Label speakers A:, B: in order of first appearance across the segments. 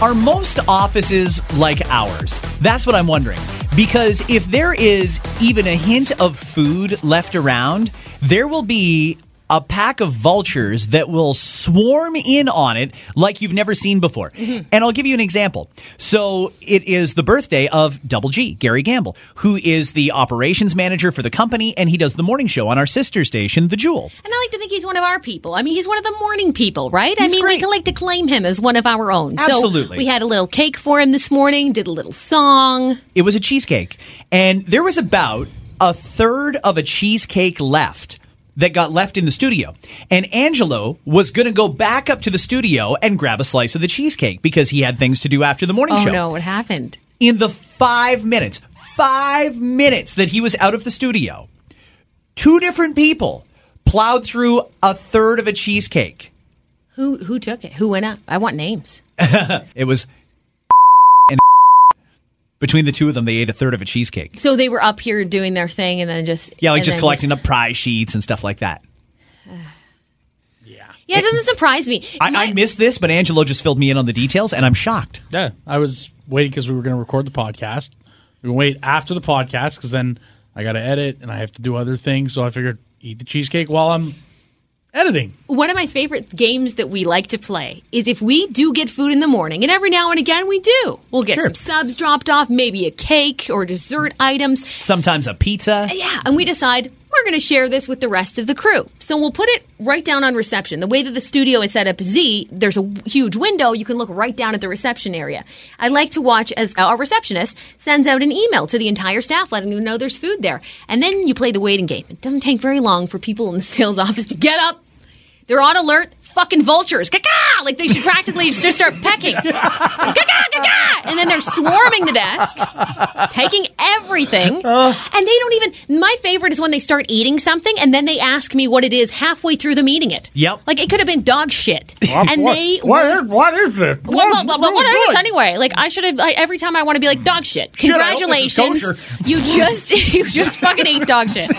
A: Are most offices like ours? That's what I'm wondering. Because if there is even a hint of food left around, there will be a pack of vultures that will swarm in on it like you've never seen before. And I'll give you an example. So it is the birthday of Double G, Gary Gamble, who is the operations manager for the company, and he does the morning show on our sister station, The Jewel.
B: And I like to think he's one of our people. I mean, he's one of the morning people, right? I mean,
A: great.
B: we can like to claim him as one of our own.
A: Absolutely.
B: So we had a little cake for him this morning, did a little song.
A: it was a cheesecake. And there was about a third of a cheesecake left that got left in the studio. And Angelo was going to go back up to the studio and grab a slice of the cheesecake because he had things to do after the morning
B: Oh
A: show.
B: no, what happened?
A: In the five minutes, five minutes that he was out of the studio, two different people plowed through a third of a cheesecake.
B: Who who took it? Who went up? I want names.
A: It was and between the two of them, they ate a third of a cheesecake.
B: So they were up here doing their thing and then just
A: Yeah, like
B: and
A: just
B: then
A: collecting up prize sheets and stuff like that.
B: Yeah, it doesn't surprise me.
A: I,
B: My-
A: I missed this, but Angelo just filled me in on the details, and I'm shocked.
C: Yeah, I was waiting because we were going to record the podcast. We can wait after the podcast because then I got to edit and I have to do other things. So I figured eat the cheesecake while I'm editing.
B: one of my favorite games that we like to play is if we do get food in the morning, and every now and again we do. We'll get
A: Sure.
B: some subs dropped off, maybe a cake or dessert items.
A: Sometimes a pizza.
B: Uh, Yeah, and we decide we're going to share this with the rest of the crew. So we'll put it right down on reception. The way that the studio is set up is Z, there's a huge window. You can look right down at the reception area. I like to watch as uh, our receptionist sends out an email to the entire staff letting them know there's food there. And then you play the waiting game. It doesn't take very long for people in the sales office to get up. They're on alert. Fucking vultures, caca! Like they should practically just start pecking, caca, caca! And then they're swarming the desk taking everything. And they don't even. My favorite is when they start eating something and then they ask me what it is halfway through them eating it.
A: Yep.
B: Like it could have been dog shit. and they.
C: What, what is it?
B: Well, well, well, well, what is this anyway? Like I should have. I, every time I want to be like dog shit.
C: Shit, I hope this is
B: Congratulations,
C: kosher.
B: you just you just fucking ate dog shit.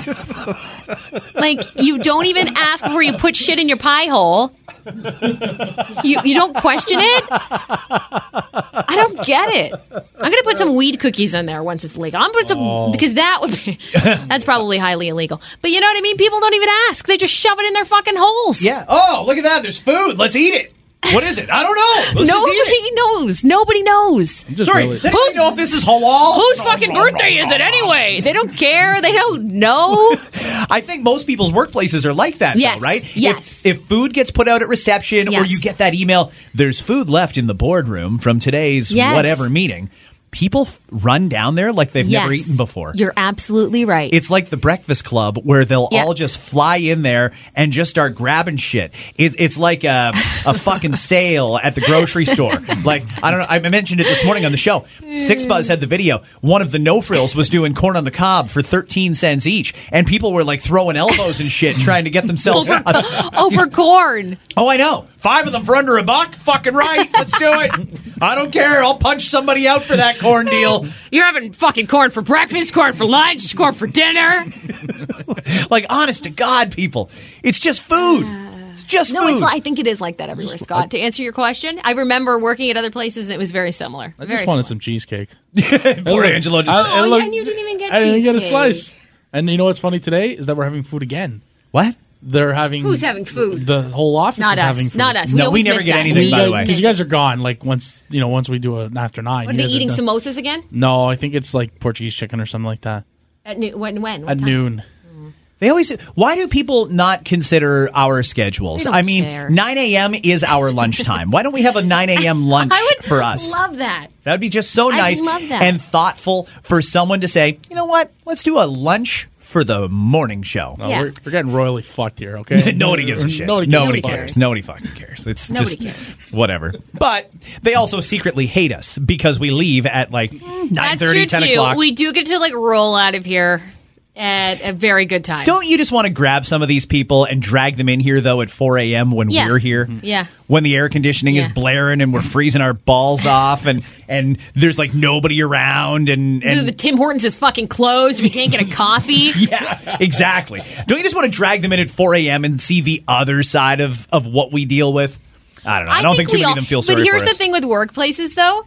B: like you don't even ask before you put shit in your pie hole. You you don't question it. I don't get it. I'm gonna put some weed cookies in there once it's legal. I'm gonna put some
C: Oh.
B: because that would be that's probably highly illegal. But you know what I mean. People don't even ask. They just shove it in their fucking holes.
A: Yeah. Oh, look at that. There's food. Let's eat it. What is it? I don't know. Let's just eat it.
B: Nobody knows. Nobody knows.
A: Sorry.
C: Really-
A: They don't even know if this is halal.
B: Whose fucking birthday is it anyway? They don't care. They don't know.
A: I think most people's workplaces are like that, though,
B: Yes,
A: right? If-
B: yes.
A: If, food gets put out at reception or
B: Yes.
A: you get that email, there's food left in the boardroom from today's
B: Yes.
A: whatever meeting, people f- run down there like they've never eaten before.
B: You're absolutely right.
A: It's like the Breakfast Club where they'll
B: Yeah.
A: all just fly in there and just start grabbing shit. It's, it's like a, a fucking sale at the grocery store. Like, I don't know. I mentioned it this morning on the show. Six Buzz had the video. One of the no frills was doing corn on the cob for 13 cents each. And people were like throwing elbows and shit trying to get themselves.
B: over,
A: a-
B: over corn.
A: oh, I know. Five of them for under a buck. Fucking right. Let's do it. I don't care. I'll punch somebody out for that corn deal.
B: You're having fucking corn for breakfast, corn for lunch, corn for dinner.
A: Like, honest to God, people, it's just food. It's just
B: No,
A: food.
B: it's. I think it is like that everywhere, Scott. To answer your question, I remember working at other places. It was very similar.
C: I
B: very
C: just
B: similar.
C: wanted some cheesecake.
A: Poor Angelo. Just,
C: I- I
B: Oh,
C: looked-
B: and you didn't even get
C: I didn't get a
B: cheesecake.
C: slice. And you know what's funny today is that we're having food again.
A: what?
C: They're having
B: Who's having food?
C: The whole office
B: Not
C: is
B: us.
C: having food.
B: Not us. We
A: No, we
B: always
A: never
B: miss
A: get
B: that.
A: anything,
B: We
A: by the
B: always
A: way.
B: miss
C: because you guys are gone. Like once you know, once we do an after nine.
B: Are
C: you
B: they
C: guys are
B: eating
C: done.
B: samosas again?
C: No, I think it's like Portuguese chicken or something like that
B: At noon? When? When? What
C: at
B: time?
C: noon.
A: They always. Why do people not consider our schedules?
B: They don't
A: I mean,
B: care.
A: 9 a.m. is our lunchtime. why don't we have a 9 a.m. lunch
B: I would
A: for us?
B: Love that.
A: That'd be just so
B: I'd
A: nice
B: love that.
A: and thoughtful for someone to say, you know what? Let's do a lunch for the morning show.
C: Oh,
B: Yeah.
C: we're, we're getting royally fucked here. Okay,
A: Nobody gives a shit.
C: Nobody,
A: Nobody
C: gives a fuck.
A: cares. Nobody fucking cares. It's
B: Nobody
A: just
B: cares.
A: whatever. But they also secretly hate us because we leave at like 9
B: Mm, That's true
A: 10
B: too.
A: o'clock.
B: We do get to like roll out of here at a very good time.
A: Don't you just want to grab some of these people and drag them in here though at 4 a.m. when
B: Yeah. Mm-hmm.
A: we're here?
B: Yeah.
A: When the air conditioning is
B: Yeah.
A: blaring and we're freezing our balls off and and there's like nobody around and,
B: Dude,
A: and
B: the Tim Hortons is fucking closed. We can't get a coffee.
A: yeah, exactly. Don't you just want to drag them in at 4 a.m. and see the other side of of what we deal with? I don't know. I don't think too
B: we
A: many of
B: all-
A: them feel
B: But
A: sorry
B: here's
A: for
B: the
A: us.
B: thing with workplaces, though,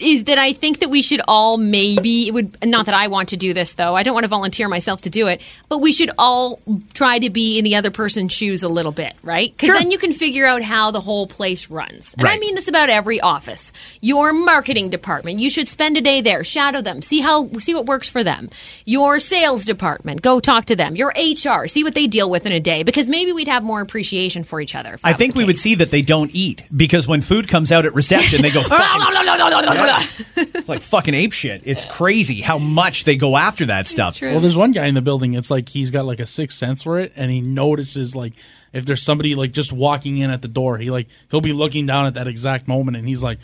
B: is that I think that we should all maybe it would not that I want to do this though. I don't want to volunteer myself to do it, but we should all try to be in the other person's shoes a little bit, right? Because
A: Sure.
B: then you can figure out how the whole place runs. And I
A: Right.
B: mean this about every office. Your marketing department, you should spend a day there, shadow them, see how see what works for them. Your sales department, go talk to them. Your HR, see what they deal with in a day, because maybe we'd have more appreciation for each other. if that
A: I
B: was
A: think
B: the
A: we
B: case.
A: would see that they don't eat because when food comes out at reception, they go "Fuck." It's like fucking ape shit. It's crazy how much they go after that stuff.
B: true.
C: Well, there's one guy in the building. It's like he's got like a sixth sense for it, and he notices like if there's somebody like just walking in at the door, he like he'll be looking down at that exact moment, and he's like,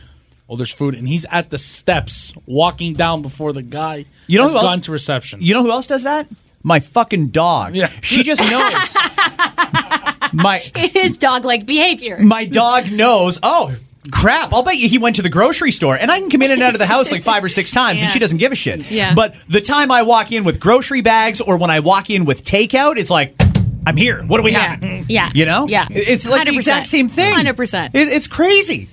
C: "Oh, there's food," and he's at the steps walking down before the guy
A: You know
C: has
A: who else-
C: gone to reception.
A: You know who else does that? My fucking dog.
C: Yeah.
A: She just knows. my
B: It is dog like behavior.
A: my dog knows. Oh crap! I'll bet you he went to the grocery store, and I can come in and out of the house like five or six times, and
B: Yeah.
A: she doesn't give a shit.
B: Yeah.
A: But the time I walk in with grocery bags or when I walk in with takeout, it's like. I'm here. What do we
B: Yeah.
A: have?
B: Yeah.
A: You know?
B: Yeah.
A: It's like the exact
B: 100%.
A: same thing.
B: 100%.
A: It, it's crazy.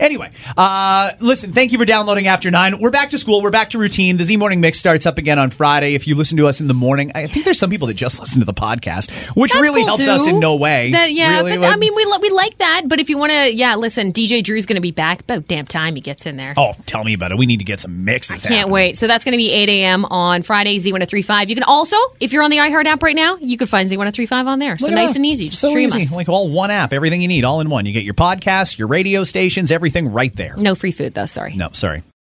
A: Anyway, uh, listen, thank you for downloading After Nine. We're back to school. We're back to routine. The Z Morning Mix starts up again on Friday. If you listen to us in the morning, I think there's some people that just listen to the podcast, which
B: That's
A: really
B: cool,
A: helps us
B: too.
A: in no way.
B: That- yeah,
A: Really,
B: but I
A: like-
B: mean, we, li- we like that. But if you want to, yeah, listen, DJ Drew's going to be back. About damn time he gets in there.
A: Oh, tell me about it. We need to get some mixes.
B: Can't wait. So that's going to be 8 a.m. on Friday, Z1035. You can also, if you're on the iHeart app right now, you can find Z1035 on there. So nice and easy. Just
A: so
B: stream
A: easy.
B: us.
A: Like all one app, everything you need, all in one. You get your podcasts, your radio stations, everything right there.
B: no free food, though. Sorry.
A: No, sorry.